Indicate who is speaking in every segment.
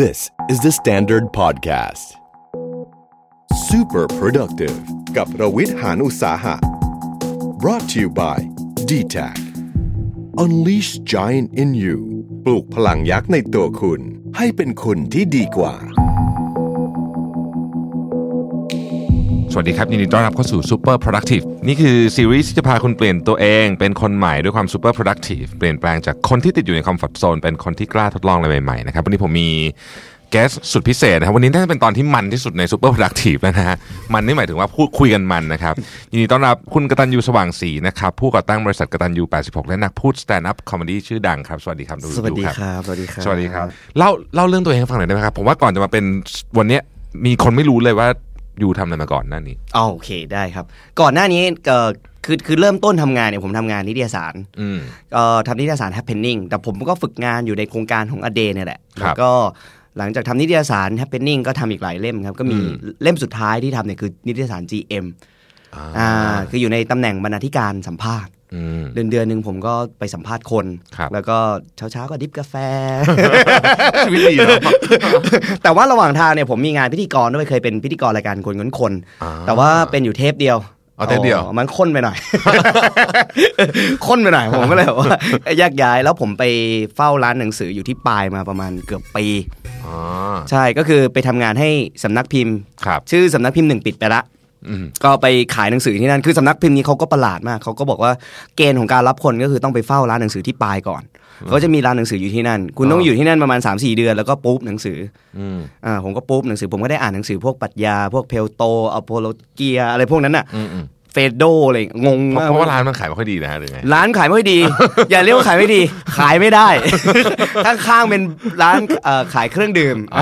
Speaker 1: This is the Standard Podcast. Super productive กับรวิทย์หานอุตสาหะ brought to you by d t a c Unleash Giant in You ปลูกพลังยักษ์ในตัวคุณ ให้เป็นคนที่ดีกว่า
Speaker 2: สวัสดีครับ ยินดีต้อนรับเข้าสู่ Super Productive นี่คือซีรีส์ที่จะพาคุณเปลี่ยนตัวเอง เป็นคนใหม่ด้วยความ Super Productive เปลี่ยนแปลงจากคนที่ติดอยู่ในคอมฟอร์ทโซนเป็นคนที่กล้าทดลองอะไรใหม่ๆนะครับวันนี้ผมมีแกสสุดพิเศษนะครับวันนี้น่าจะเป็นตอนที่มันที่สุดใน Super Productive แล้วนะฮะมันนี่หมายถึงว่าพูดคุยกันมันนะครับยินดีต้อนรับคุณกตันยูสว่างศรีนะครับผู้ก่อตั้งบริษัทกตันยู 86 และนักพูด Stand Up Comedy ชื่อดังครับสวัสดีครับ
Speaker 3: สวัสดี
Speaker 2: ครั
Speaker 3: ครับ สวัสดีครับ
Speaker 2: สวัสดีครับเล่าเล่าเรื่องตัวเองให้ฟังหน่อยได้ไหมครับ ผมว่าก่อนจะมาเป็นวันเนี้ยมีคนไม่รู้เลยว่าอยู่ทำอะไรมาก่อนหน้านี้
Speaker 3: อ๋อโอเคได้ครับ ก่อนหน้านี้เอ่อคือคือเริ่มต้นทำงานเนี่ยผมทำงานนิตยสาร
Speaker 2: อืม
Speaker 3: เอ่อทำนิตยสาร Happening แต่ผมก็ฝึกงานอยู่ในโครงการของอเดเนี่ยแหละ
Speaker 2: ครับ
Speaker 3: แล้วก็หลังจากทำนิตยสาร Happening ก็ทำอีกหลายเล่มครับ ก็มี
Speaker 2: อืม
Speaker 3: เล่มสุดท้ายที่ทำเนี่ยคือนิตยสาร GM อ่าคืออยู่ในตำแหน่งบรรณาธิการสัมภาษณ์
Speaker 2: อืม
Speaker 3: เดือนเดือนหนึ่งผมก็ไปสัมภาษณ์คน
Speaker 2: ครับ
Speaker 3: แล้วก็เช้าเช้าๆก็ดริบกาแฟ
Speaker 2: ชีวิตดีเนอะ
Speaker 3: แต่ว่าระหว่างทางเนี่ยผมมีงานพิธีกรด้วยเคยเป็นพิธีกรรายการคนง้นคน
Speaker 2: อ่า
Speaker 3: แต่ว่าเป็นอยู่เทปเดียว
Speaker 2: อ๋อเทปเดียว
Speaker 3: อ๋อมันข้นไปหน่อย ข้นไปหน่อย ผมก็เลยบอกว่าแยกย้ายแล้วผมไปเฝ้าร้านหนังสืออยู่ที่ปลายมาประมาณเกือบปี
Speaker 2: อ๋อ
Speaker 3: ใช่ก็คือไปทำงานให้สำนักพิมพ์
Speaker 2: ครับ
Speaker 3: ชื่อสำนักพิมพ์หนึ่งปิดไปละ
Speaker 2: อืม
Speaker 3: ก็ไปขายหนังสือที่นั่นคือสำนักพิมพ์นี้เขาก็ประหลาดมากเขาก็บอกว่าเกณฑ์ของการรับคนก็คือต้องไปเฝ้าร้านหนังสือที่ปลายก่อนเขาจะมีร้านหนังสืออยู่ที่นั่น คุณต้อง
Speaker 2: อ๋อ
Speaker 3: อ
Speaker 2: อ
Speaker 3: ยู่ที่นั่นประมาณ 3-4 เดือนแล้วก็ปุ๊บหนังสือ
Speaker 2: อืม
Speaker 3: อ่าผมก็ปุ๊บหนังสือผมก็ได้อ่านหนังสือพวกปรัชญา พวกเพลโตอโพโลเกียอะไรพวกนั้นน่ะ
Speaker 2: อืมอืม
Speaker 3: เฟโดอะไรงง
Speaker 2: เพราะ
Speaker 3: มาก
Speaker 2: เพราะว่าร้านมันขายไม่ค่อยดีนะฮะหรือไง
Speaker 3: ร้านขายไม่ดี อย่าเรียกว่าขายไม่ดี ขายไม่ได้ ข้างๆเป็นร้านเอ่อขายเครื่องดื่ม
Speaker 2: อ่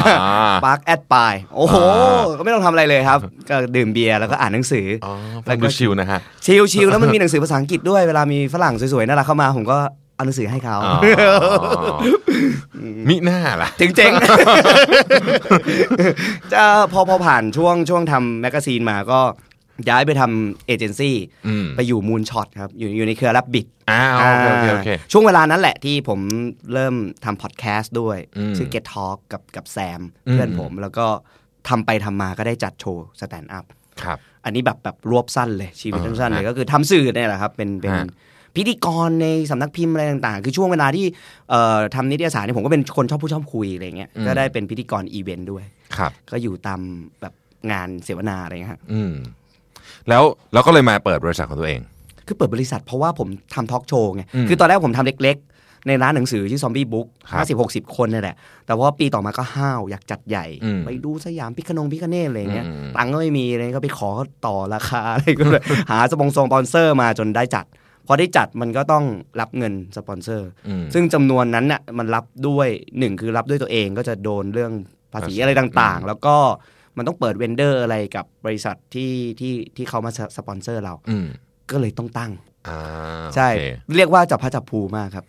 Speaker 2: า
Speaker 3: ปาร์คแอดปายโอ้โห
Speaker 2: อ่า
Speaker 3: ก็ไม่ต้องทำอะไรเลย ครับ ก็ดื่มเบียร์แล้วก็อ่านหนังสืออ
Speaker 2: อ๋อฟังดูชิวนะฮะ
Speaker 3: ชิลชิลแล้ว มันมีหนังสือภาษาอังกฤษด้วยเวลามีฝรั่งสวยๆน่ารักเข้ามา ผมก็เอาหนังสือให้เขา
Speaker 2: อ๋อมิหน้าล่ะ
Speaker 3: ถึง เจ๋ง จะพอพอผ่านช่วงช่วงทำแมกกาซีนมาก็ย้ายไปทำเอเจนซี่
Speaker 2: อืม
Speaker 3: ไปอยู่มู o ช็อตครับ อยู่อยู่ในเครือรับบิด
Speaker 2: อ้าวโอเคโอเคโอเค
Speaker 3: ช่วงเวลานั้นแหละที่ผมเริ่มทำพอดแคสต์ด้วย
Speaker 2: อืม
Speaker 3: ชื่อ Get Talk กับกับแซม
Speaker 2: อืม
Speaker 3: เพื่อนผมแล้วก็ทำไปทำมาก็ได้จัดโชว์สแตนด์อัพ
Speaker 2: ครับ
Speaker 3: อันนี้แบบแบบรวบสั้นเลยชีวิต
Speaker 2: อ่า
Speaker 3: สั้นๆเลย
Speaker 2: ฮะ
Speaker 3: ก็คือทำสื่อเนี่ยแหละครับเป็นเป็น
Speaker 2: ฮะ
Speaker 3: พิธีกรในสำนักพิมพ์อะไรต่างๆ คือช่วงเวลาที่เอ่อทำนิตยสารเนี่ยผมก็เป็นคนชอบผู้ชอบคุยอะไรเงี้ยก็ได้เป็นพิธีกรอีเวนต์ด้วย
Speaker 2: ครับ
Speaker 3: ก็อยู่ตามแบบงานเสวนาอะไรเงี้ยฮะ
Speaker 2: อืมแล้วแล้วก็เลยมาเปิดบริษัทของตัวเอง
Speaker 3: คือเปิดบริษัทเพราะว่าผมทำทอล์กโชว์ไง
Speaker 2: อืม
Speaker 3: คือตอนแรกผมทำเล็กๆ ในร้านหนังสือชื่อซอมบี้บุ๊ก
Speaker 2: ครับ
Speaker 3: ห้าสิบหกสิบคนนี่นแหละ แต่ว่าปีต่อมาก็ห้าวอยากจัดใหญ่
Speaker 2: อืม
Speaker 3: ไปดูสยามพิคโนงพิคเนตอะไรเงี้ย
Speaker 2: อืม
Speaker 3: ตังค์ก็ไม่มีอะไรก็ไปขอเขาต่อราคา อะไรก็เลยหาสปงสปอนเซอร์มาจนได้จัด พอได้จัดมันก็ต้องรับเงินสปอนเซอร์
Speaker 2: อืม
Speaker 3: ซึ่งจำนวนนั้นน่ะมันรับด้วยหนึ่งคือรับด้วยตัวเองก็จะโดนเรื่องภาษีอะไรต่างๆ แล้วก็มันต้องเปิดเวนเดอร์อะไรกับบริษัทที่ที่ที่เขามาสปอนเซอร์เรา
Speaker 2: อืม
Speaker 3: ก็เลยต้องตั้ง
Speaker 2: อ่า
Speaker 3: ใช่
Speaker 2: โอเค
Speaker 3: เรียกว่าจับพระจับภูมากครับ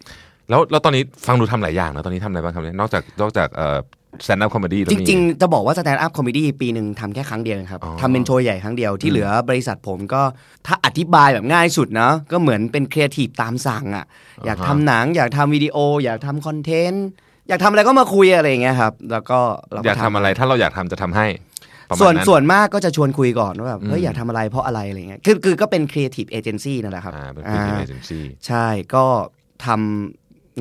Speaker 2: แล้วแล้วตอนนี้ฟังดูทำหลายอย่างนะตอนนี้ทำอะไรบ้างครับเนี่ยนอกจากนอกจากเอ่อ stand up comedy แล้ว
Speaker 3: จ
Speaker 2: มี
Speaker 3: ริง ๆ จะบอกว่าสแตนด์อัพคอมเมดี้ปีหนึ่งทำแค่ครั้งเดียวเองครับ
Speaker 2: อ๋อ
Speaker 3: ทำเป็นโชว์ใหญ่ครั้งเดียวที่เหลือบริษัทผมก็ถ้าอธิบายแบบง่ายสุดนะก็เหมือนเป็นครีเอทีฟตามสั่งอ่ะอยากทำหนัง อยากทำวิดีโอ อยากทำคอนเทนต์อยากทำอะไรก็มาคุยอะไรอย่างเงี้ยครับแล้วก็เรา
Speaker 2: อยากทำอะไรถ้าเราอยากทำจะทำให้ประมาณ
Speaker 3: ส่วน
Speaker 2: นั้น
Speaker 3: ส่วนมากก็จะชวนคุยก่อนว่าแบบเฮ้
Speaker 2: อื
Speaker 3: ย
Speaker 2: ม
Speaker 3: อยากทำอะไรเพราะอะไรอะไรเงี้ยคือคือก็เป็นครีเอทีฟเอเจนซี่นั่นแหละครับ
Speaker 2: อ่าเป็น creative
Speaker 3: อ่า
Speaker 2: agency
Speaker 3: ใช่ก็ทำ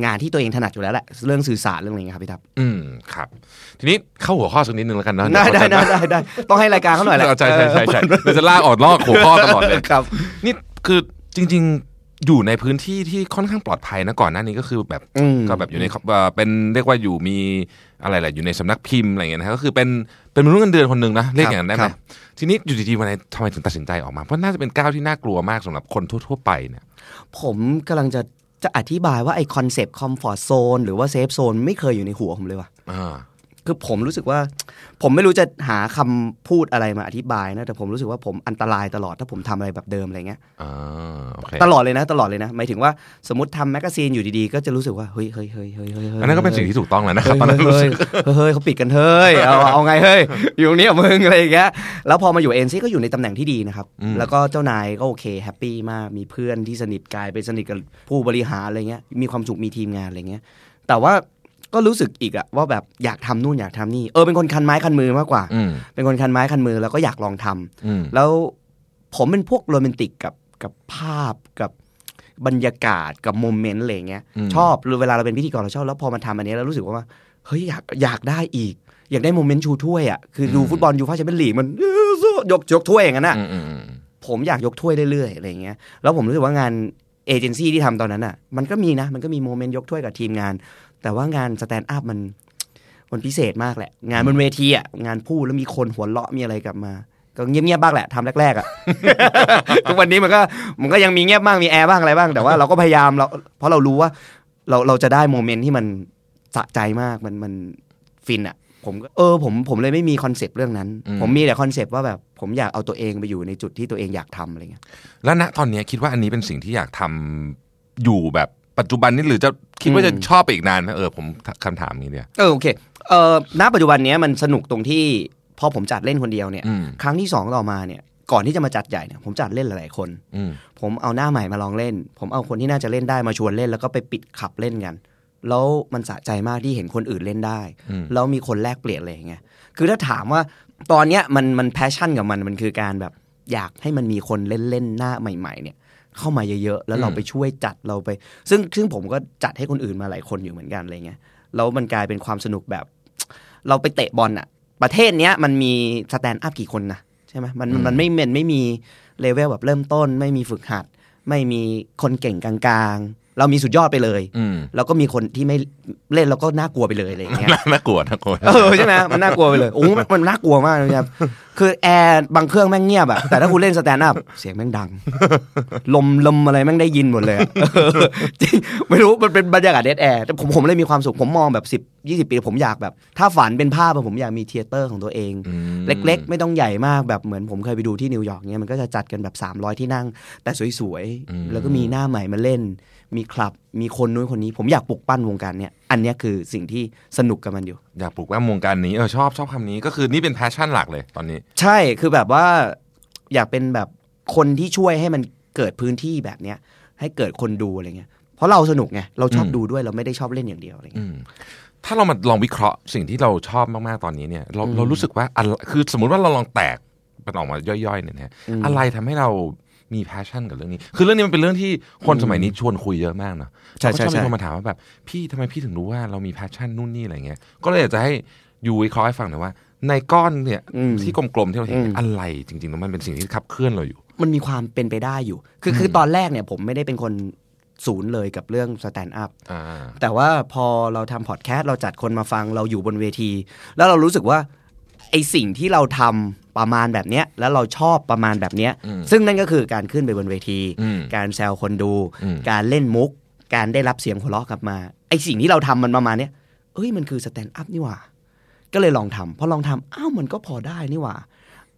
Speaker 3: งานที่ตัวเองถนัดอยู่แล้วแหละเรื่องสื่อสารเรื่องอะไรเงี้ยครับพี่ทับ
Speaker 2: อืมครับ ทีนี้เข้าหัวข้อสักนิดนึงแล้วกันเนอะ
Speaker 3: ได้ได้
Speaker 2: เยว
Speaker 3: ได้ได้ได้ต้องให้รายการเขาหน่อยแหละ
Speaker 2: ใช่ใช่ใช่ใช่
Speaker 3: เออ
Speaker 2: เราจะลากออดลอกหัวข้อตลอดเลย
Speaker 3: ครับ
Speaker 2: นี่คือจริง ๆอยู่ในพื้นที่ที่ค่อนข้างปลอดภัยนะก่อนหน้านี้ก็คือแบบ
Speaker 3: อืม
Speaker 2: ก็แบบอยู่ในเอ่อเป็นเรียกว่าอยู่มีอะไรแหละอยู่ในสำนักพิมพ์อะไรเงี้ยนะก็คือเป็นเป็นมนุษย์เงินเดือนคนหนึ่งนะเรียกอย่างนั้นได้ไหม
Speaker 3: ครับ
Speaker 2: ทีนี้อยู่ดีๆวันไหนทำไมถึงตัดสินใจออกมา เพราะน่าจะเป็นก้าวที่น่ากลัวมากสำหรับคนทั่วๆไปเนี่ย
Speaker 3: ผมกำลังจะจะอธิบายว่าไอคอนเซปต์คอมฟอร์ z โซนหรือว่าเซฟโซนไม่เคยอยู่ในหัวผมเลยว่ะ
Speaker 2: อ่า
Speaker 3: คือผมรู้สึกว่า ผมไม่รู้จะหาคำพูดอะไรมาอธิบายนะ แต่ผมรู้สึกว่าผมอันตรายตลอดถ้าผมทำอะไรแบบเดิมอะไรเงี้ย
Speaker 2: อ่า โอเค
Speaker 3: ตลอดเลยนะตลอดเลยนะหมายถึงว่าสมมติทำแมกกาซีนอยู่ดีๆ ก็จะรู้สึกว่าเฮ้ยเฮ้ยเฮ้ยเฮ้ยเฮ้ยฮ้ย
Speaker 2: อันนั้นก็เป็นสิ่งที่ถูกต้องแล้วนะค
Speaker 3: เฮ้
Speaker 2: รับต
Speaker 3: ย
Speaker 2: อนนั้น
Speaker 3: เฮ้
Speaker 2: รู้สึ
Speaker 3: ย
Speaker 2: ก
Speaker 3: เฮ้ยเฮ้ยเขาปิดกันเฮ้ยเอา เอาไงเฮ้ยอยู่ตรงนี้กับมึงอะไรอย่างเงี้ยแล้วพอมาอยู่เอ็นซีก็อยู่ในตำแหน่งที่ดีนะครับ
Speaker 2: อืม
Speaker 3: แล้วก็เจ้านายก็โอเคแฮปปี้มากมีเพื่อนที่สนิทกลายเป็นสนิทกับผู้บริหารอะไรเงี้ยมีความสุขมีทีมงานอะไรเงี้ยแต่ว่า ก็รู้สึกอีกอะว่าแบบอยากทำนู่นอยากทำนี่เออเป็นคนคันไม้คันมือมากกว่า
Speaker 2: อืม
Speaker 3: เป็นคนคันไม้คันมือแล้วก็อยากลองทำ
Speaker 2: อืม
Speaker 3: แล้วผมเป็นพวกโรแมนติกกับกับภาพกับบรรยากาศกับโมเมนต์อะไรอย่างเงี้ย
Speaker 2: อืม
Speaker 3: ชอบหรือเวลาเราเป็นพิธีกรเราชอบแล้วพอมาทำอันเนี้ยเรารู้สึกว่าเฮ้ยอยากอยากได้อีก อยากได้โมเมนต์ชูถ้วยอ่ะคือดูฟุตบอลยูฟ่าแชมเปี้ยนลีกมันเอ้อสู้ยกยกถ้วยอย่างนั้นอ่ะ
Speaker 2: อืมอืมอืม
Speaker 3: ผมอยากยกถ้วยเรื่อยๆอะไรอย่างเงี้ยแล้วผมรู้สึกว่างานเอเจนซี่ที่ทำตอนนั้นอ่ะมันก็มีนะมันก็มีโมเมนต์ยกถ้วยกับทีมงาน แต่ว่างานสแตนด์อัพมันมันพิเศษมากแหละ งานบนเวทีอ่ะงานพูดแล้วมีคนหัวเราะมีอะไรกลับมา ก็เงียบๆบ้างแหละทำแรกๆอ่ะ ทุกวันนี้มันก็มันก็ยังมีเงียบบ้างมีแอร์บ้างอะไรบ้าง แต่ว่าเราก็พยายามเราเพราะเรารู้ว่า เราเราจะได้โมเมนต์ที่มันสะใจมากมันมันฟินอ่ะ ผมก็เออผมผมเลยไม่มีคอนเซปต์เรื่องนั้น ผมมีแต่คอนเซปต์ว่าแบบผมอยากเอาตัวเองไปอยู่ในจุดที่ตัวเองอยากทำอะไรเงี้ย
Speaker 2: แล้วณตอนเนี้ยคิดว่าอันนี้เป็นสิ่งที่อยากทำอยู่แบบปัจจุบันนี้หรือจะคิดว่า
Speaker 3: อืม
Speaker 2: จะชอบไปอีกนานไหมเออผมคำถามนี้เดียว
Speaker 3: เออโอเคเออณปัจจุบันเนี้ยมันสนุกตรงที่พอผมจัดเล่นคนเดียวเนี่ย
Speaker 2: อืม
Speaker 3: ครั้งที่สองต่อมาเนี่ยก่อนที่จะมาจัดใหญ่เนี่ยผมจัดเล่นหลายๆคน
Speaker 2: อืม
Speaker 3: ผมเอาหน้าใหม่มาลองเล่น ผมเอาคนที่น่าจะเล่นได้มาชวนเล่นแล้วก็ไปปิดขับเล่นกัน แล้วมันสะใจมากที่เห็นคนอื่นเล่นได้
Speaker 2: อืม
Speaker 3: แล้วมีคนแลกเปลี่ยนอะไรอย่างเงี้ย คือถ้าถามว่าตอนเนี้ยมันมันแพชชั่นกับมันมันคือการแบบอยากให้มันมีคนเล่นเล่นหน้าใหม่ ๆ เนี่ย เข้ามาเยอะๆ แล้วเรา
Speaker 2: อืม
Speaker 3: ไปช่วยจัดเราไป ซึ่งซึ่งผมก็จัดให้คนอื่นมาหลายคนอยู่เหมือนกันอะไรเงี้ย แล้วมันกลายเป็นความสนุกแบบ เราไปเตะบอลอะประเทศเนี้ยมันมีสแตนด์อัพกี่คนนะใช่ไหมมันมันมันไม่เมนไม่มีเลเวลแบบเริ่มต้น ไม่มีฝึกหัด ไม่มีคนเก่งกลางๆ เรามีสุดยอดไปเลย
Speaker 2: อืม
Speaker 3: แล้วก็มีคนที่ไม่เล่นแล้วก็น่ากลัวไปเลยอะไรอย่างเงี้ย
Speaker 2: น่าน่ากลัวน่ากลัว
Speaker 3: เออใช่ไหมมันน่ากลัวไปเลยโอ้มันมันน่ากลัวมากนะครับคือแอร์บางเครื่องแม่งเงียบอะแต่ถ้าคุณเล่นสแตนด์อัพเสียงแม่งดัง ลมลมอะไรแม่งได้ยินหมดเลยอะ เออจริงไม่รู้มันเป็นบรรยากาศเดดแอร์แต่ผมผมเลยมีความสุขผมมองแบบ 10 20 ปีผมอยากแบบ ถ้าฝันเป็นภาพอะผมอยากมีเทยเตอร์ของตัวเอง
Speaker 2: อืม
Speaker 3: เล็กๆ ไม่ต้องใหญ่มากแบบเหมือนผมเคยไปดูที่นิวยอร์กเนี่ยมันก็จะจัดกันแบบ 300 ที่นั่ง แต่สวยๆ แล้วก็มีหน้าใหม่มาเล่น มีคลับมีคนนู้นคนนี้ ผมอยากปลุกปั้นวงการเนี่ยอันเนี้ยคือสิ่งที่สนุกกับมันอยู่
Speaker 2: อยากปลูกแวดวงการนี้เออชอบชอบคำนี้ก็คือนี่เป็นแพชชั่นหลักเลยตอนนี้
Speaker 3: ใช่คือแบบว่าอยากเป็นแบบคนที่ช่วยให้มันเกิดพื้นที่แบบเนี้ย ให้เกิดคนดูอะไรเงี้ยเพราะเราสนุกไงเราชอบ
Speaker 2: อืม
Speaker 3: ดูด้วยเราไม่ได้ชอบเล่นอย่างเดียวอะไร
Speaker 2: อื
Speaker 3: เงี้ย
Speaker 2: มถ้าเรามาลองวิเคราะห์สิ่งที่เราชอบมากๆตอนนี้เนี่ย เรา
Speaker 3: อืม
Speaker 2: เรารู้สึกว่าอะไรคือสมมุติว่าเราลองแตกมันออกมาย่อยๆเนี่ยนะฮะ
Speaker 3: อืม
Speaker 2: อะไรทำให้เรามี p พ s ชั่นกับเรื่องนี้ คือเรื่องนี้มันเป็นเรื่องที่คนสมัยนี้ชวนคุยเยอะมากเนาะ
Speaker 3: ใช่
Speaker 2: แล้วก็
Speaker 3: ใช่
Speaker 2: อบมี
Speaker 3: ใช่
Speaker 2: คนมาถามว่าแบบพี่ทำไมพี่ถึงรู้ว่าเรามี p พ s ชั่นนู่นนี่อะไรเงี้ยก็เลยอยากจะให้ยูวิเคราะห์ให้ฟังหน่อยว่า ในก้อนเนี่ย
Speaker 3: อืม
Speaker 2: ที่กลมๆที่เราเห็นเนี่ย
Speaker 3: อืม
Speaker 2: อะไรจริงๆแล้วมันเป็นสิ่งที่ขับเคลื่อนเราอยู่
Speaker 3: มันมีความเป็นไปได้อยู่ คือคือตอนแรกเนี่ยผมไม่ได้เป็นคนศูนย์เลยกับเรื่องสแตนด์อัพ
Speaker 2: อ่า
Speaker 3: แต่ว่าพอเราทำพอดแคสต์เราจัดคนมาฟังเราอยู่บนเวที แล้วเรารู้สึกว่าไอสิ่งที่เราทำประมาณแบบเนี้ยแล้วเราชอบประมาณแบบเนี้ย
Speaker 2: อืม
Speaker 3: ซึ่งนั่นก็คือการขึ้นไปบนเวที
Speaker 2: อืม
Speaker 3: การแซวคนดู
Speaker 2: อืม
Speaker 3: การเล่นมุก การได้รับเสียงหัวเราะกลับมาไอสิ่งที่เราทำมันประมาณเนี้ยเอ้ยมันคือสแตนด์อัพนี่หว่า ก็เลยลองทำพอลองทำอ้าวมันก็พอได้นี่หว่า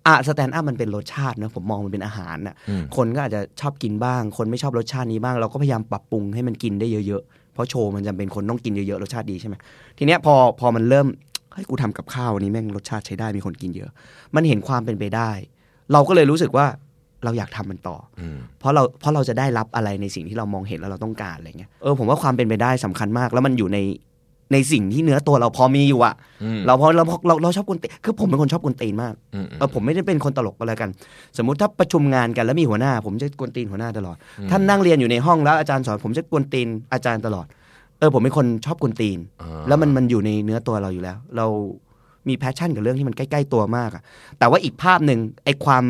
Speaker 3: อ่ะสแตนด์อัพมันเป็นรสชาตินะผมมองมันเป็นอาหารน่ะ
Speaker 2: อืม
Speaker 3: คนก็อาจจะชอบกินบ้าง คนไม่ชอบรสชาตินี้บ้าง เราก็พยายามปรับปรุงให้มันกินได้เยอะๆ เพราะโชว์มันจำเป็นคนต้องกินเยอะๆ รสชาติดีใช่ไหม ทีเนี้ยพอพอมันเริ่ม เฮ้ย กูทำกับข้าวอันนี้แม่งรสชาติใช้ได้มีคนกินเยอะ มันเห็นความเป็นไปได้ เราก็เลยรู้สึกว่าเราอยากทำมันต่อ
Speaker 2: อืม
Speaker 3: เพราะเราเพราะเราจะได้รับอะไรในสิ่งที่เรามองเห็นแล้วเราต้องการอะไรเงี้ย เออผมว่าความเป็นไปได้สำคัญมาก แล้วมันอยู่ในในสิ่งที่เนื้อตัวเราพอมีอยู่อะ
Speaker 2: อืม
Speaker 3: เราพอเราพอเราเราชอบกวนตีนคือผมเป็นคนชอบกวนตีนมาก
Speaker 2: อืม
Speaker 3: เออผมไม่ได้เป็นคนตลกก็แล้วกัน สมมุติถ้าประชุมงานกันแล้วมีหัวหน้า ผมจะกวนตีนหัวหน้าตลอด ท่านนั่งเรียนอยู่ในห้องแล้วอาจารย์สอนผมจะกวนตีนอาจารย์ตลอด เออผมเป็นคนชอบกวนตีน
Speaker 2: อ่า
Speaker 3: แล้วมันมันอยู่ในเนื้อตัวเราอยู่แล้ว เรามีแพชชั่นกับเรื่องที่มันใกล้ ๆ ตัวมากอะแต่ว่าอีกภาพหนึ่งไอ้ความ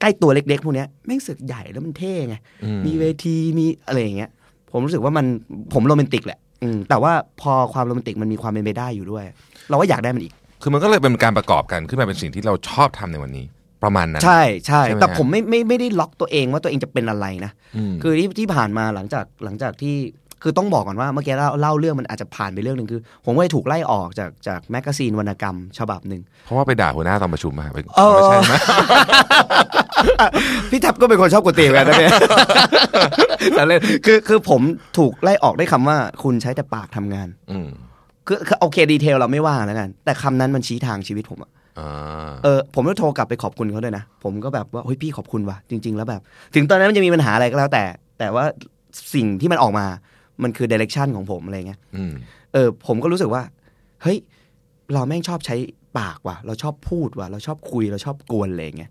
Speaker 3: ใกล้ตัวเล็ก ๆ พวกเนี้ยแม่งสึกใหญ่แล้วมันเท่ไง
Speaker 2: อื
Speaker 3: มีเวทีมีอะไรอย่างเงี้ย ผมรู้สึกว่ามันผมโรแมนติกแหละอืมแต่ว่าพอความโรแมนติกมันมีความเป็นไปได้อยู่ด้วย เราก็อยากได้มันอีก
Speaker 2: คือมันก็เลยเป็นการประกอบกันขึ้นมาเป็นสิ่งที่เราชอบทำในวันนี้ ประมาณนั้น
Speaker 3: ใช่ใช่
Speaker 2: ใช่ไหม
Speaker 3: แต่
Speaker 2: ฮะ
Speaker 3: ผมไม่ไม่ไม่ได้ล็อกตัวเองว่าตัวเองจะเป็นอะไรนะ
Speaker 2: ม
Speaker 3: คือที่ที่ผ่านมาหลังจากหลังจากที่คือต้องบอกก่อนว่าเมื่อกี้เล่าเล่าเรื่องมันอาจจะผ่านไปเรื่องหนึ่งคือ ผมก็เลยถูกไล่ออกจากจากแมกกาซีนวรรณกรรมฉบับหนึ่ง
Speaker 2: เพราะว่าไปด่าหัวหน้าตอนประชุมมาไป
Speaker 3: เออ
Speaker 2: ไม่ใช่ไหม
Speaker 3: พี่แท็บก็เป็นคนชอบกวนตีนเหมือนกันนะ เนี่ย แต่เล่นคือคือผมถูกไล่ออกด้วยคำว่าคุณใช้แต่ปากทำงาน
Speaker 2: อืม
Speaker 3: คือคือโอเคดีเทลเราไม่ว่าแล้วกัน แต่คำนั้นมันชี้ทางชีวิตผมอะ
Speaker 2: อ่า
Speaker 3: เออผมก็โทรกลับไปขอบคุณเขาด้วยนะ ผมก็แบบว่าเฮ้ยพี่ขอบคุณว่ะจริง ๆ แล้วแบบ ถึงตอนนั้นมันจะมีปัญหาอะไรก็แล้วแต่ แต่ว่าสิ่งที่มันออกมามันคือดิเรกชันของผมอะไรเงี้ย
Speaker 2: อืม
Speaker 3: เออผมก็รู้สึกว่า เฮ้ย เราแม่งชอบใช้ปากว่ะ เราชอบพูดว่ะ เราชอบคุย เราชอบกวนอะไรอย่างเงี้ย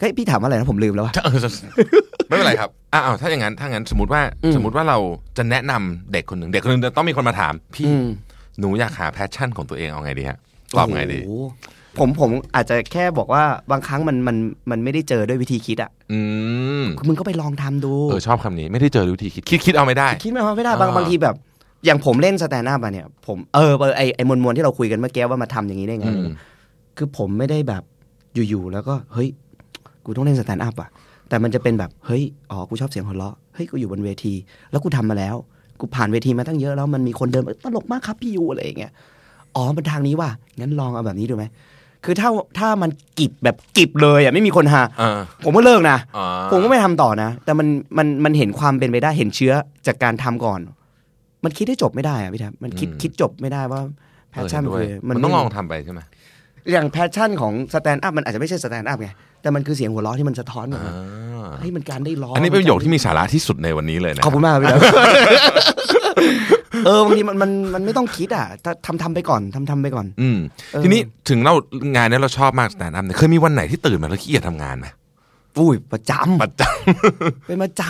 Speaker 3: เฮ้ยพี่ถามว่าอะไรนะผมลืมแล้วว่ะ
Speaker 2: เออ ไม่เป็นไรครับอ้าวถ้าอย่างนั้นถ้างั้นสมมติว่า
Speaker 3: อืม
Speaker 2: สมมติว่าเราจะแนะนำเด็กคนหนึ่งเด็กคนหนึ่งจะต้องมีคนมาถาม พี่
Speaker 3: อืม
Speaker 2: หนูอยากหาแพชชั่นของตัวเองเอาไงดีฮะตอบไงดี
Speaker 3: โอ้โหผมผมอาจจะแค่บอกว่าบางครั้งมันมันมันไม่ได้เจอด้วยวิธีคิดอ่ะ
Speaker 2: อืม
Speaker 3: คือมึงก็ไปลองทำดู
Speaker 2: เออชอบคำนี้ไม่ได้เจอวิธีคิดคิดคิดเอาไม่ได้
Speaker 3: คิดไม่ว่าไม่ได้บาง
Speaker 2: อ่า
Speaker 3: บางทีแบบ อย่างผมเล่นสแตนด์อัพอะเนี่ยผมเออเออไอไอมวลมวลที่เราคุยกันเมื่อกี้ว่ามาทำอย่างนี้ได้ไง
Speaker 2: อืม
Speaker 3: คือผมไม่ได้แบบอยู่ๆแล้วก็เฮ้ย กูต้องเล่นสแตนด์อัพอ่ะ แต่มันจะเป็นแบบเฮ้ยอ๋อกูชอบเสียงหัวเราะเฮ้ยกูอยู่บนเวที แล้วกูทำมาแล้ว กูผ่านเวทีมาตั้งเยอะแล้วมันมีคนเดินมาตลกมากครับพี่ยูอะไรอย่างเงี้ยอ๋อมันทางนี้ว่ะงั้นลองเอาแบบนี้ดูไหมคือถ้าถ้ามันกิบแบบกิบเลยอ่ะไม่มีคนหา
Speaker 2: เออ
Speaker 3: ผมก็เลิกนะ
Speaker 2: อ๋อ
Speaker 3: ผมก็ไม่ทำต่อนะ แต่มันมันมันเห็นความเป็นไปได้เห็นเชื้อจากการทำก่อน มันคิดให้จบไม่ได้อ่ะพี่แทบมันคิดคิดจบไม่ได้ว่าแพ
Speaker 2: เออ
Speaker 3: ช
Speaker 2: เห็
Speaker 3: ชั่น
Speaker 2: นด้วย
Speaker 3: คือ
Speaker 2: มัน
Speaker 3: ไม่
Speaker 2: ต้องลองทำไปใช่ไหม
Speaker 3: อย่างแพชชั่นของสแตนด์อัพมันอาจจะไม่ใช่สแตนด์อัพไง แต่มันคือเสียงหัวเราะที่มันสะท้อนออกมา
Speaker 2: อ่า
Speaker 3: เฮ้ยมันการได้ร้อง
Speaker 2: อันนี้เป็นประโยคที่มีสาระที่สุดในวันนี้เลยนะ
Speaker 3: ขอบคุณมากครับพี่ แล้ว เออบางทีมันมันมันไม่ต้องคิดอ่ะถ้าทำทำไปก่อนทำทำไปก่อน
Speaker 2: อืม
Speaker 3: เออ
Speaker 2: ทีนี้ถึงเรางานเนี้ยเราชอบมากสแตนด์อัพเนี่ยเคยมีวันไหนที่ตื่นมาแล้วขี้เกียจทำงานไหม
Speaker 3: อุ้ยประจ
Speaker 2: ปัจจัย
Speaker 3: ำเป็นประจ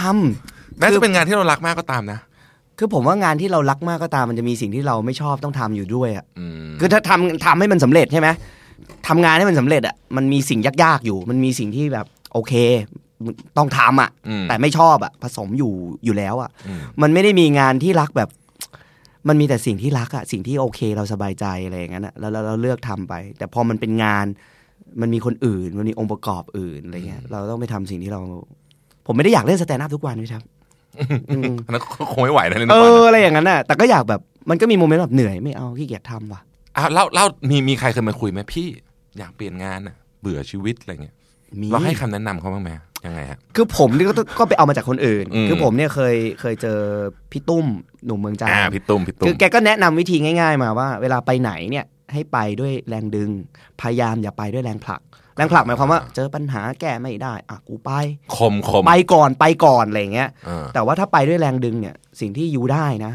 Speaker 2: แม้จะ เป็นงานที่เรารักมากก็ตามนะ
Speaker 3: ำคือผมว่างานที่เรารักมากก็ตามมันจะมีสิ่งที่เราไม่ชอบต้องทำอยู่ด้วยอ่ะ
Speaker 2: อืม
Speaker 3: คือถ้าทำทำให้มันสำเร็จใช่ไหมทำงานให้มันสำเร็จอ่ะมันมีสิ่งยากๆอยู่ มันมีสิ่งที่แบบโอเคมึงต้องทำอ่ะ
Speaker 2: อืม
Speaker 3: แต่ไม่ชอบอ่ะ ผสมอยู่อยู่แล้วอ่ะ
Speaker 2: อืม
Speaker 3: มันไม่ได้มีงานที่รักแบบ มันมีแต่สิ่งที่รักอะสิ่งที่โอเคเราสบายใจอะไรอย่างนั้นอะแล้วเราเราเลือกทำไป แต่พอมันเป็นงาน มันมีคนอื่น มันมีองค์ประกอบอื่นอะไรเงี้ย เราต้องไปทำสิ่งที่เรา ผมไม่ได้อยากเล่นสแตนด์อัพทุกวันพี่ครับอืม
Speaker 2: อันนั้นคงไม่ไหวนะ เล่น
Speaker 3: เอ
Speaker 2: ทุกวัน
Speaker 3: อ
Speaker 2: นะ
Speaker 3: อะไรอย่างนั้นอะแต่ก็อยากแบบมันก็มีโมเมนต์แบบเหนื่อยไม่เอาขี้เกียจทำว่ะ
Speaker 2: อ่ะเล่าเล่ามีมีใครเคยมาคุยไหมพี่ อยากเปลี่ยนงานอ่ะ เบื่อชีวิตอะไรเงี้ย
Speaker 3: มี
Speaker 2: เราให้คำแนะนำเขาบ้างไหมยังไงฮะ
Speaker 3: คือผมนี่ก็ต้องก็ไปเอามาจากคนอื่น
Speaker 2: อืม
Speaker 3: คือผมเนี่ยเคยเคยเจอพี่ตุ้มหนุ่มเมืองจันท
Speaker 2: อ่า
Speaker 3: ร์
Speaker 2: พี่ตุ้มพี่ตุ้
Speaker 3: คือ
Speaker 2: ม
Speaker 3: แกก็แนะนำวิธีง่าย ๆ มาว่า เวลาไปไหนเนี่ยให้ไปด้วยแรงดึง พยายามอย่าไปด้วยแรงผลัก แรงผลักหมายความว่าเจอปัญหาแก้ไม่ได้อ่ะกูไป
Speaker 2: คมคม
Speaker 3: ไปก่อนไปก่อนอะไรอย่างเงี้ย
Speaker 2: เออ
Speaker 3: แต่ว่าถ้าไปด้วยแรงดึงเนี่ยสิ่งที่ยูได้นะ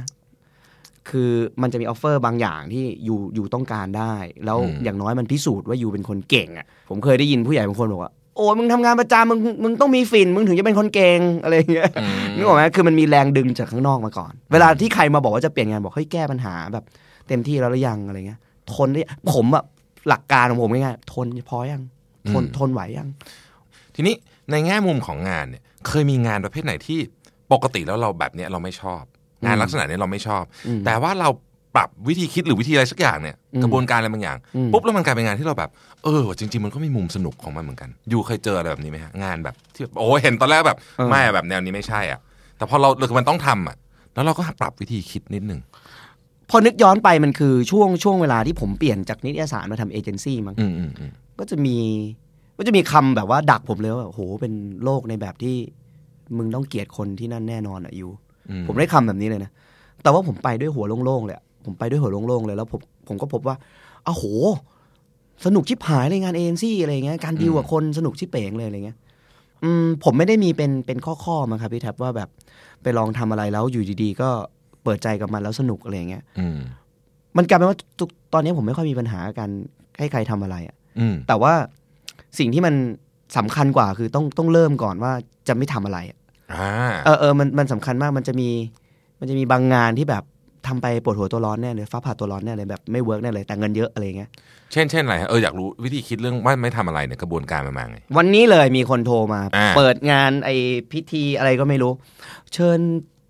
Speaker 3: คือมันจะมีออฟเฟอร์บางอย่างที่ยูยูต้องการได้ แล้วอย่างน้อยมันพิสูจน์ว่ายูเป็นคนเก่งอ่ะผมเคยได้ยินผู้ใหญ่บางคนบอกว่าโอ้ยมึงทำงานประจำมึงมึงต้องมีฝิ่นมึงถึงจะเป็นคนเก่ง อะไรอย่างเงี้ย
Speaker 2: อืม
Speaker 3: นึกออกไหมคือมันมีแรงดึงจากข้างนอกมาก่อน เวลาที่ใครมาบอกว่าจะเปลี่ยนงานบอกเฮ้ยแก้ปัญหาแบบ เต็มที่แล้วหรือยังอะไรเงี้ย ทนได้ผมแบบหลักการของผมง่ายๆทนพอยัง ทนทนไหวยัง
Speaker 2: ทีนี้ในแง่มุมของงานเนี่ย เคยมีงานประเภทไหนที่ปกติแล้วเราแบบเนี้ยเราไม่ชอบ งานลักษณะเนี้ยเราไม่ชอบ
Speaker 3: อืม
Speaker 2: แต่ว่าเราปรับวิธีคิดหรือวิธีอะไรสักอย่างเนี่ย
Speaker 3: อืม
Speaker 2: กระบวนการอะไรบางอย่าง
Speaker 3: อืม
Speaker 2: ปุ๊บแล้วมันกลายเป็นงานที่เราแบบ เออจริง ๆ มันก็มีมุมสนุกของมันเหมือนกันอยู่เคยเจออะไรแบบนี้ไหมฮะงานแบบที่แบบโอ้เห็นตอนแรกแบบไม่อะแบบแนวนี้ไม่ใช่อ่ะ แต่พอเราเรามันต้องทำอ่ะ แล้วเราก็ปรับวิธีคิดนิดนึง
Speaker 3: พอนึกย้อนไปมันคือช่วงช่วงเวลาที่ผมเปลี่ยนจากนิตยสารมาทำเอเจนซี่มั้ง
Speaker 2: อืมอืมอืม
Speaker 3: ก็จะมีก็จะมีคำแบบว่าดักผมเลยว่าโหเป็นโลกในแบบที่มึงต้องเกลียดคนที่นั่นแน่นอนอ่ะยู
Speaker 2: อื
Speaker 3: ผมได้คำแบบนี้เลยนะ แต่ว่าผมไปด้วยหัวโล่งๆเลยอะผมไปด้วยหัวโล่งๆเลยแล้วผมผมก็พบว่าอ้าวโห สนุกชิบหายเลยงานเอเจนซี่อะไรอย่างเงี้ย การดีลกับคนสนุกชิบเป๋งเลยอะไรเงี้ย อืมผมไม่ได้มีเป็นเป็นข้อๆมาครับพี่แท็บว่าแบบไปลองทำอะไรแล้วอยู่ดีๆ ก็เปิดใจกับมันแล้วสนุกอะไรอย่างเงี้ย
Speaker 2: อืม
Speaker 3: มันกลายเป็นว่าทุกตอนนี้ผมไม่ค่อยมีปัญหากับการให้ใครทำอะไรอะ
Speaker 2: อืม
Speaker 3: แต่ว่าสิ่งที่มันสำคัญกว่าคือต้องต้องเริ่มก่อนว่าจะไม่ทำอะไรอะ
Speaker 2: อ่า
Speaker 3: เออเออมันมันสำคัญมากมันจะมีมันจะมีบางงานที่แบบทำไปปวดหัวตัวร้อนแน่เลยฟ้าผ่าตัวร้อนแน่เลยแบบไม่เวิร์กแน่เลยแต่เงินเยอะอะไรเงี้ย
Speaker 2: เช่นเช่นอะไรฮะเอออยากรู้วิธีคิดเรื่องว่าไม่ทำอะไรเนี่ยกระบวนการมันมาไง
Speaker 3: วันนี้เลยมีคนโทรมา
Speaker 2: อ่า
Speaker 3: เปิดงานไอพิธีอะไรก็ไม่รู้ เชิญ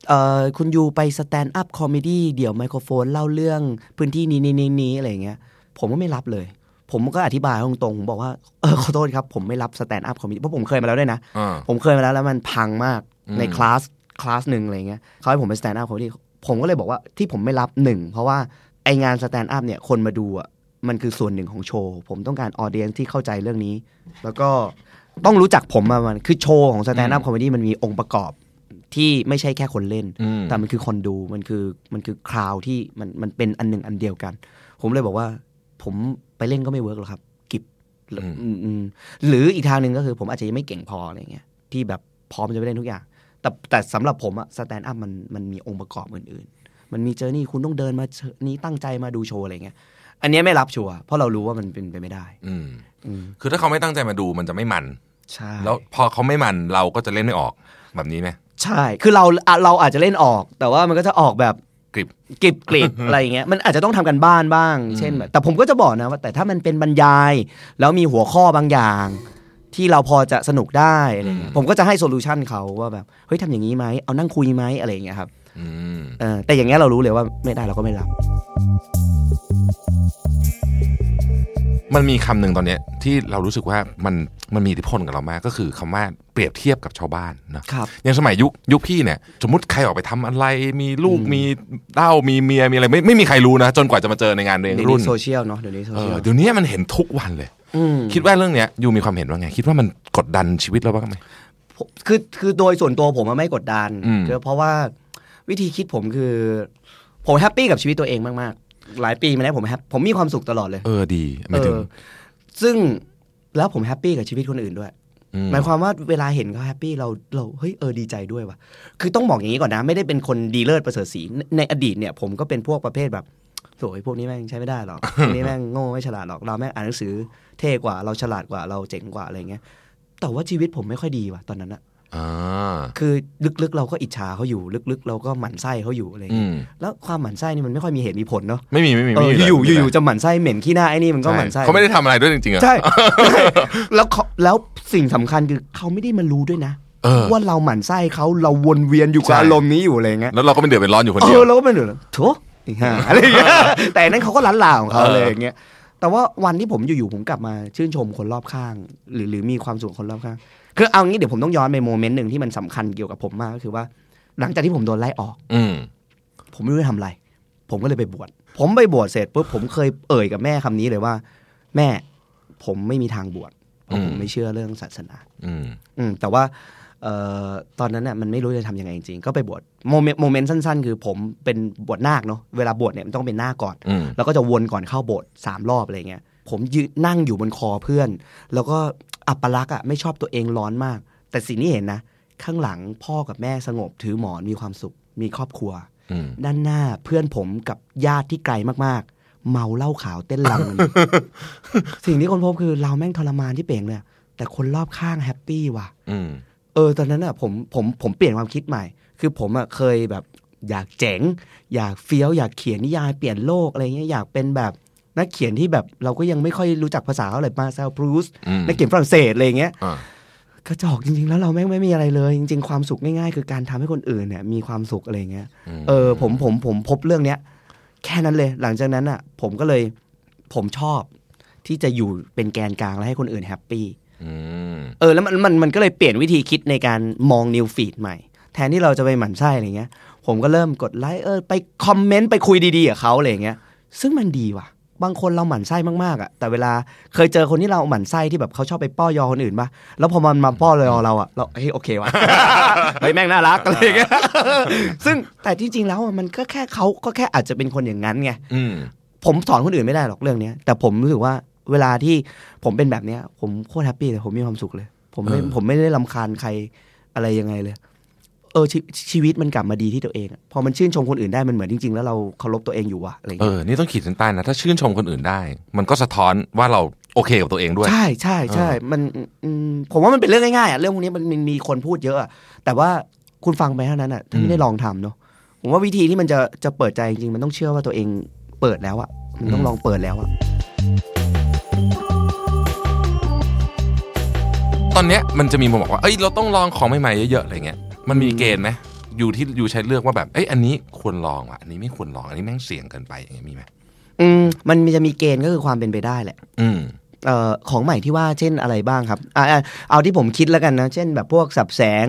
Speaker 3: เอ่อคุณยูไปสแตนด์อัพคอมเมดี้เดี่ยวไมโครโฟนเล่าเรื่องพื้นที่นี้นี้นี้นี้อะไรเงี้ย ผมก็ไม่รับเลย ผมก็อธิบายตรงๆผมบอกว่าเออขอโทษครับผมไม่รับสแตนด์อัพคอมเมดี้เพราะผมเคยมาแล้วด้วยนะ
Speaker 2: อ่า
Speaker 3: ผมเคยมาแล้วแล้วมันพังมาก
Speaker 2: อืม
Speaker 3: ในคลาสคลาสหนึ่งอะไรเงี้ยเขาให้ผมเป็นสแตนด์อัพเขาที่ผมก็เลยบอกว่าที่ผมไม่รับหนึ่งเพราะว่าไองานสแตนด์อัพเนี่ยคนมาดูอ่ะมันคือส่วนหนึ่งของโชว์ ผมต้องการออเดียนที่เข้าใจเรื่องนี้ แล้วก็ต้องรู้จักผมมามันคือโชว์ของสแตนด์อัพคอมเมดี้มันมีองค์ประกอบที่ไม่ใช่แค่คนเล่น
Speaker 2: อืม
Speaker 3: แต่มันคือคนดูมันคือมันคือคราวที่มันมันเป็นอันหนึ่งอันเดียวกัน ผมเลยบอกว่า ผมไปเล่นก็ไม่เวิร์กหรอกครับ กิบอืมอืมหรืออีกทางหนึ่งก็คือผมอาจจะยังไม่เก่งพออะไรเงี้ยที่แบบพร้อมจะไปเล่นทุกอย่าง แต่แต่สำหรับผมอะสแตนด์อัพมันมันมีองค์ประกอบอื่นๆ มันมีเจอร์นี่คุณต้องเดินมาเจอนี้ตั้งใจมาดูโชว์อะไรเงี้ยอันเนี้ยไม่รับชัวร์เพราะเรารู้ว่ามันเป็นไปไม่ได้
Speaker 2: อืม
Speaker 3: อืม
Speaker 2: คือถ้าเขาไม่ตั้งใจมาดูมันจะไม่มัน
Speaker 3: ใช่
Speaker 2: แล้วพอเขาไม่มันเราก็จะเล่นไม่ออกแบบนี้ไหม
Speaker 3: ใช่ คือเราอ่ะเราอาจจะเล่นออก แต่ว่ามันก็จะออกแบบ
Speaker 2: กริบ
Speaker 3: กริบก ริบ อะไรอย่างเงี้ยมันอาจจะต้องทำกันบ้านบ้าง เช่นแบบแต่ผมก็จะบอกนะว่าแต่ถ้ามันเป็นบรรยาย แล้วมีหัวข้อบางอย่าง ที่เราพอจะสนุกได้อะไรเงี้ยผมก็จะให้โซลูชันเขาว่าแบบเฮ้ยทำอย่างนี้ไหมเอานั่งคุยไหมอะไรอย่างเงี้ยครับ
Speaker 2: อืม
Speaker 3: เออแต่อย่างเงี้ยเรารู้เลยว่าไม่ได้เราก็ไม่รับ
Speaker 2: มันมีคำหนึ่งตอนเนี้ยที่เรารู้สึกว่ามันมันมีอิทธิพลกับเรามากก็คือคำว่าเปรียบเทียบกับชาวบ้านนะครับ อย่างสมัยยุคยุคพี่เนี่ยสมมติใครออกไปทำอะไรมีลูกมีเหล้ามีเมียมีอะไรไม่ไม่มีใครรู้นะ จนกว่าจะมาเจอในงานเรียน
Speaker 3: เดี๋ยว
Speaker 2: รุ่
Speaker 3: นี้
Speaker 2: น
Speaker 3: โซเชียลเนาะเดี๋ยวนี้โซ
Speaker 2: เอ
Speaker 3: เชีย
Speaker 2: อ
Speaker 3: ล
Speaker 2: เดี๋ยวนี้มันเห็นทุกวันเลย
Speaker 3: ม
Speaker 2: คิดว่าเรื่องเนี้ยยูมีความเห็นว่าไง คิดว่ามันกดดันชีวิตเราบ้างไหม
Speaker 3: ผมคือคือโดยส่วนตัวผมอะไม่กดดัน
Speaker 2: อืม
Speaker 3: เพราะว่าวิธีคิดผมคือ ผมแฮปปี้กับชีวิตตัวเองมาก ๆ หลายปีมาแล้วผมแฮปผมมีความสุขตลอดเลย
Speaker 2: เออดีไม่ถึง
Speaker 3: เออซึ่งแล้วผมแฮปปี้กับชีวิตคนอื่นด้วย
Speaker 2: ม
Speaker 3: หมายความว่าเวลาเห็นเขาแฮปปี้เราเราเฮ้ยเออดีใจด้วยว่ะคือต้องบอกอย่างนี้ก่อนนะ ไม่ได้เป็นคนดีเลิศประเสริฐศรีในในอดีตเนี่ยผมก็เป็นพวกประเภทแบบโอ้ยพวกนี้แม่งใช้ไม่ได้ หรอก พวกนี้แม่งโง่ไม่ฉลาดหรอกเราแม่งอ่านหนังสือเท่กว่าเราฉลาดกว่าเราเจ๋งกว่าอะไรเงี้ยแต่ว่าชีวิตผมไม่ค่อยดีว่ะตอนนั้นอะ
Speaker 2: อ่า
Speaker 3: คือลึกๆ เราก็อิจฉาเขาอยู่ ลึกๆ เราก็หมั่นไส้เขาอยู่อะไรอย่าง
Speaker 2: อื
Speaker 3: เงี้ย
Speaker 2: ม
Speaker 3: แล้วความหมั่นไส้นี่มันไม่ค่อยมีเหตุมีผลเนาะ
Speaker 2: ไม่มีไม่มี
Speaker 3: เอ
Speaker 2: ไม่
Speaker 3: อ
Speaker 2: มี
Speaker 3: อยู่
Speaker 2: เล
Speaker 3: ๆอยู่ๆจะหมั่นไส้เหม็นขี้หน้าไอ้นี่มันก็
Speaker 2: ใช่
Speaker 3: หมั่นไส้
Speaker 2: เขาไม่ได้ทำอะไรด้วยจริงๆอะ
Speaker 3: ใช่ ใช่แล้วเขาแล้วสิ่งสำคัญคือเขาไม่ได้มารู้ด้วยนะ
Speaker 2: เออ
Speaker 3: ว่าเราหมั่นไส้เขาเราวนเวียนอยู่
Speaker 2: ใช่
Speaker 3: กับอารมณ์นี้อยู่อะไรอย่างเงี้ย
Speaker 2: แล้วเราก็เป็นเดือดเป็นร้อนอยู่คน
Speaker 3: เอ
Speaker 2: เดียว
Speaker 3: อเราก็เป็นอยู่โถอีห่าอะไรอย่างเงี้ยแต่อันนั้นเขาก็ล้านลาของเขา
Speaker 2: เออ
Speaker 3: เลยอย่างเงี้ยแต่ว่าวันที่ผมอยู่ๆผมกลับมาชื่นชมคนรอบข้าง หรือหรือมีความสุขกับคนรอบข้าง คือเอางี้เดี๋ยวผมต้องย้อนไปโมเมนต์หนึ่งที่มันสำคัญเกี่ยวกับผมมากก็คือว่า หลังจากที่ผมโดนไล่ออก
Speaker 2: อืม
Speaker 3: ผมไม่รู้จะทำอะไร ผมก็เลยไปบวชผมไปบวชเสร็จปุ๊บผมเคยเอ่ยกับแม่คำนี้เลยว่า แม่ผมไม่มีทางบวชเพราะผมไม่เชื่อเรื่องศาสนา
Speaker 2: อืม
Speaker 3: อืมแต่ว่าเอ่อตอนนั้นน่ะมันไม่รู้จะทำยังไงจริงๆก็ไปบวชโมเมนต์โมเมนต์สั้นๆ คือผมเป็นบวชนาคเนาะเวลาบวชเนี่ยมันต้องเป็นนาคก่อน
Speaker 2: อืม
Speaker 3: แล้วก็จะวนก่อนเข้าโบสถ์สามรอบอะไรเงี้ยผมยืนนั่งอยู่บนคอเพื่อน แล้วก็อัปลักษณ์อ่ะไม่ชอบตัวเองร้อนมาก แต่สิ่งที่เห็นนะ ข้างหลังพ่อกับแม่สงบถือหมอนมีความสุขมีครอบครัว
Speaker 2: อืม
Speaker 3: ด้านหน้าเพื่อนผมกับญาติที่ไกลมากๆ เมาเหล้าขาวเต้นรำกัน สิ่งที่คนพบคือเราแม่งทรมานที่เป่งเลยอะแต่คนรอบข้างแฮปปี้ว่ะ
Speaker 2: อืม
Speaker 3: เออตอนนั้นอ่ะผมผมผมเปลี่ยนความคิดใหม่ คือผมอ่ะเคยแบบอยากเจ๋ง อยากเฟี้ยวอยากเขียนนิยายเปลี่ยนโลกอะไรเงี้ยอยากเป็นแบบนักเขียนที่แบบเราก็ยังไม่ค่อยรู้จักภาษาเท่าไหร่มาซลบรูซ
Speaker 2: อืม
Speaker 3: นักเขียนฝรั่งเศสอะไรเงี้ย
Speaker 2: อ่า
Speaker 3: กระจอกจริงๆ แล้วเราแม่งไม่มีอะไรเลย จริง ๆ ความสุขง่ายๆ คือการทำให้คนอื่นเนี่ยมีความสุขอะไรเงี้ย
Speaker 2: อืม
Speaker 3: เออผมผมผมพบเรื่องเนี้ยแค่นั้นเลย หลังจากนั้นอ่ะ ผมก็เลยผมชอบที่จะอยู่เป็นแกนกลางและให้คนอื่นแฮปปี้
Speaker 2: อืม
Speaker 3: เออแล้วมันมันมันก็เลยเปลี่ยนวิธีคิดในการมองนิวฟีดใหม่ แทนที่เราจะไปหมั่นไส้อะไรเงี้ย ผมก็เริ่มกดไลค์เออไปคอมเมนต์ไปคุยดีๆกับเขาอะไรเงี้ย ซึ่งมันดีว่ะ บางคนเราหมั่นไส้มากๆอ่ะแต่เวลาเคยเจอคนที่เราหมั่นไส้ที่แบบเขาชอบไปป้อยอคนอื่นปะแล้วพอมันมาป้อยอเราอ่ะเราเฮ้ยโอเคว่ะ เฮ้ยแม่งน่ารักอะไรเงี้ย ซึ่งแต่ที่จริงแล้วอะมันก็แค่เขาก็แค่อาจจะเป็นคนอย่างนั้นไง
Speaker 2: อืม
Speaker 3: ผมสอนคนอื่นไม่ได้หรอกเรื่องเนี้ยแต่ผมรู้สึกว่าเวลาที่ผมเป็นแบบเนี้ย ผมโคตรแฮปปี้เลยผมมีความสุขเลย ผมไม่
Speaker 2: เออ
Speaker 3: ผมไม่ได้ลำคาญใครอะไรยังไงเลย เออชชีวิตมันกลับมาดีที่ตัวเองอะพอมันชื่นชมคนอื่นได้มันเหมือนจริงๆ แล้วเราเคารพตัวเองอยู่ว่ะอะไรอย่าง
Speaker 2: เอ
Speaker 3: เงี้ย
Speaker 2: อ นี่ต้องขีดเส้นใต้นะ ถ้าชื่นชมคนอื่นได้ มันก็สะท้อนว่าเราโอเคกับตัวเองด้วย
Speaker 3: ใช่ใช่ใช่มันอืมผมว่ามันเป็นเรื่องง่ายๆอะเรื่องพวกนี้มันมันมีคนพูดเยอะอะแต่ว่าคุณฟังไปเท่านั้นอ่ะถ้าไม่ได้ลองทำเนาะผมว่าวิธีที่มันจะจะเปิดใจจริงๆมันต้องเชื่อว่าตัวเองเปิดแล้วอะมันต้องลองเปิดแล้วอะ
Speaker 2: ตอนเนี้ยมันจะมีคนบอกว่า เอ้ย เราต้องลองของใหม่ๆเยอะๆ อะไรเงี้ย มันมีเกณฑ์ไหมอยู่ที่อยู่ใช้เลือกว่าแบบ เอ้ย อันนี้ควรลองว่ะ อันนี้ไม่ควรลอง อันนี้แม่งเสี่ยงเกินไป อย่างเงี้ยมีไหม
Speaker 3: อืมมันจะมีเกณฑ์ก็คือความเป็นไปได้แหละ
Speaker 2: อืม
Speaker 3: เอ่อของใหม่ที่ว่าเช่นอะไรบ้างครับอ่าเอาที่ผมคิดแล้วกันนะ เช่นแบบพวกสับแสง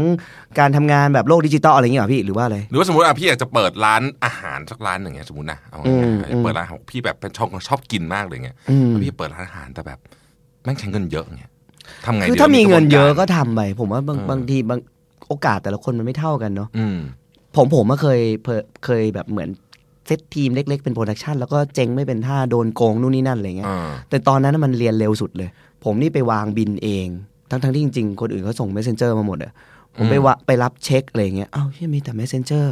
Speaker 3: การทำงานแบบโลกดิจิตอลอะไรอย่างเงี้ยเหรอพี่หรือว่าอะไร
Speaker 2: หรือว่าสมมติอ่ะพี่อยากจะเปิดร้านอาหารสักร้านหนึ่งเงี้ยสมมตินะเอาง่าย
Speaker 3: อืม
Speaker 2: ๆอยากเปิดร้านอาหารพี่แบบเป็นชอบชอบกินมากเลยเงี้ย
Speaker 3: อืม
Speaker 2: แล้วพี่เปิดร้านอาหารแต่แบบแม่งใช้เงินเยอะเงี้ยทำไงดี
Speaker 3: คือถ้ามีเงินเยอะ
Speaker 2: ระบวาร
Speaker 3: ก็ทำไปผมว่าบาง
Speaker 2: เออ
Speaker 3: บางทีบางโอกาสแต่ละคนมันไม่เท่ากันเนาะ
Speaker 2: อืม
Speaker 3: ผมผมก็เคยเพเคยแบบเหมือนเซตทีมเล็ก ๆ เป็นโปรดักชันแล้วก็เจ๊งไม่เป็นท่าโดนโกงนู่นนี่นั่นอะไรเงี้ย
Speaker 2: อ่า
Speaker 3: แต่ตอนนั้นน่ะมันเรียนเร็วสุดเลย ผมนี่ไปวางบินเอง ทั้งทั้งๆที่จริงๆ คนอื่นเขาส่ง messenger มาหมดอะผมไปวะไปรับเช็คอะไรอย่างเงี้ย เอ้าเฮียมีแต่ messenger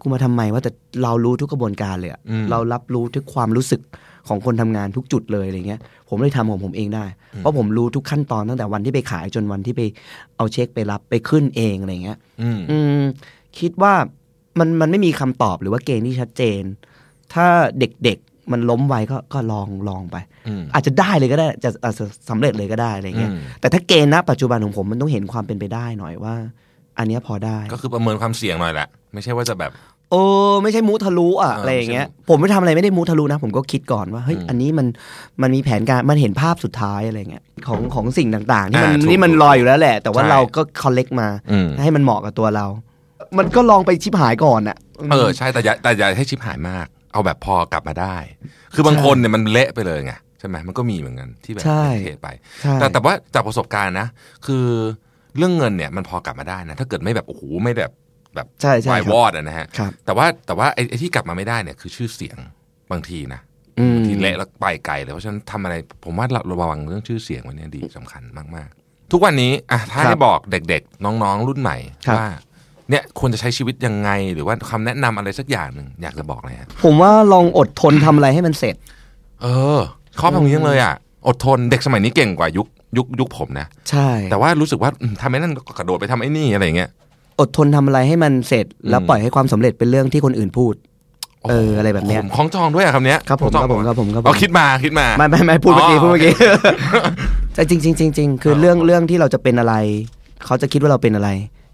Speaker 3: กู กูมาทำไมว่าแต่เรารู้ทุกกระบวนการเลยอะ
Speaker 2: อืม
Speaker 3: เรารับรู้ทุกความรู้สึกของคนทำงานทุกจุดเลยอะไรเงี้ย ผมเลยทำของผมเองได้ เพราะผมรู้ทุกขั้นตอนตั้งแต่วันที่ไปขายจนวันที่ไปเอาเช็คไปรับไปขึ้นเองอะไรเงี้ย
Speaker 2: อืม
Speaker 3: อืมคิดว่ามันมันไม่มีคำตอบหรือว่าเกณฑ์ที่ชัดเจน ถ้าเด็กๆมันล้มไว้ก็ก็ลองลองไป
Speaker 2: อืม
Speaker 3: อาจจะได้เลยก็ได้จะอาจจะสำเร็จเลยก็ได้อะไรเงี้ย
Speaker 2: อืม
Speaker 3: แต่ถ้าเกณฑ์ณปัจจุบันของผมมันต้องเห็นความเป็นไปได้หน่อยว่า อันเนี้ยพอได้
Speaker 2: ก็คือประเมินความเสี่ยงหน่อยแหละ ไม่ใช่ว่าจะแบบ
Speaker 3: เออไม่ใช่มูทะลุอ่ะ
Speaker 2: เอออ
Speaker 3: อะไรอย่างเงี้ย
Speaker 2: ไม่ใช่มู
Speaker 3: ผมไม่ทำอะไรไม่ได้มูทะลุนะ ผมก็คิดก่อนว่าเฮ้ยอันนี้มันมันมีแผนการมันเห็นภาพสุดท้ายอะไรเงี้ยของของสิ่งต่างๆที่มัน
Speaker 2: อ่าถูก
Speaker 3: ที่มัน
Speaker 2: ถูก
Speaker 3: ลอยอยู่แล้วแหละ แต่ว่า
Speaker 2: ใช่
Speaker 3: เราก็คอลเลกมา
Speaker 2: อืม
Speaker 3: ให้มันเหมาะกับตัวเรา มันก็ลองไปชิบหายก่อนอ่ะ
Speaker 2: เออใช่แต่อย่าแต่อย่าให้ชิบหายมาก เอาแบบพอกลับมาได้ คือบางคนเนี่ยมันเละไปเลยไงใช่ไหมมันก็มีเหมือนกันที่แบบ
Speaker 3: ใช่
Speaker 2: เป็นเทไป
Speaker 3: ใช่
Speaker 2: แต่แต่ว่าจากประสบการณ์นะ คือเรื่องเงินเนี่ยมันพอกลับมาได้นะ ถ้าเกิดไม่แบบโอ้โหไม่แบบแบบ
Speaker 3: ใช่ใช่
Speaker 2: วาย
Speaker 3: คว รับ
Speaker 2: อดอะนะฮะ
Speaker 3: ครับ
Speaker 2: แต่ว่าแต่ว่าไอ้ไอ้ที่กลับมาไม่ได้เนี่ยคือชื่อเสียงบางทีนะ
Speaker 3: อืม
Speaker 2: บางทีเละแล้วไปไกลเลยเพราะฉะนั้นทำอะไร ผมว่าเราระวังเรื่องชื่อเสียงไว้เนี่ยดีสำคัญมากๆ ทุกวันนี้อ่ะถ้า
Speaker 3: ครับ
Speaker 2: ให้บอกเด็กๆ น้องๆ รุ่นใหม่
Speaker 3: ครับ
Speaker 2: ว่าเนี่ยควรจะใช้ชีวิตยังไง หรือว่าคำแนะนำอะไรสักอย่างหนึ่งอยากจะบอกเลยฮะ
Speaker 3: ผมว่าลองอดทนทำอะไรให้มันเสร็จ
Speaker 2: เออข้อพังนี้จังเลยอ่ะอดทนเด็กสมัยนี้เก่งกว่ายุคยุคยุคผมนะ
Speaker 3: ใช่
Speaker 2: แต่ว่ารู้สึกว่าอืมทำไอ้นั่นก็กระโดดไปทำไอ้นี่อะไรอย่างเงี้ย
Speaker 3: อดทนทำอะไรให้มันเสร็จ แล้ว
Speaker 2: อืม
Speaker 3: ปล่อยให้ความสำเร็จเป็นเรื่องที่คนอื่นพูด เอออะไรแบบเนี้ย
Speaker 2: ผมคล้องจองด้วยอะคำเนี้ย
Speaker 3: ครับผม
Speaker 2: ล้องจ
Speaker 3: ครับผม
Speaker 2: อง
Speaker 3: ครับผมครับผม
Speaker 2: เอาคิดมาคิดมา
Speaker 3: ไม่ไม่ไม่พูดเมื่อกี้
Speaker 2: อ๋อ
Speaker 3: พูดเมื่อกี้ แต่จริงจริงจริงจริงคือ
Speaker 2: เอา
Speaker 3: เรื่องเรื่องที่เราจะเป็นอะไร เขาจะคิดว่าเราเป็นอะไร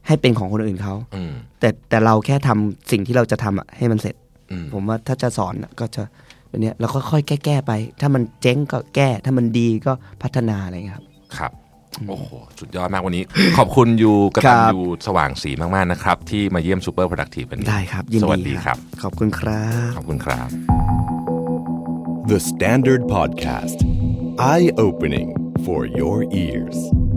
Speaker 3: ให้เป็นของคนอื่นเขา
Speaker 2: อืม
Speaker 3: แต่แต่เราแค่ทำสิ่งที่เราจะทำอะให้มันเสร็จ
Speaker 2: อืม
Speaker 3: ผมว่าถ้าจะสอนอะก็จะแบบเนี้ยเราก็ค่อยๆแก้แก้ไป ถ้ามันเจ๊งก็แก้ ถ้ามันดีก็พัฒนาอะไรเงี้ยครับ
Speaker 2: ครับ โอ้โห สุดยอดมากวันนี้ ขอบคุณยูกระ
Speaker 3: ครั
Speaker 2: ตัน
Speaker 3: บ
Speaker 2: ยูสว่างสีมาก ๆ นะครับ ที่มาเยี่ยมซูเปอร์ o d ร c t ที e วันนี้
Speaker 3: ได้ครับ ยิน
Speaker 2: สวัส
Speaker 3: ดี
Speaker 2: ดีครับ
Speaker 3: ขอบคุณครับ
Speaker 2: ขอบคุณครับ
Speaker 1: The Standard Podcast. Eye opening for your ears.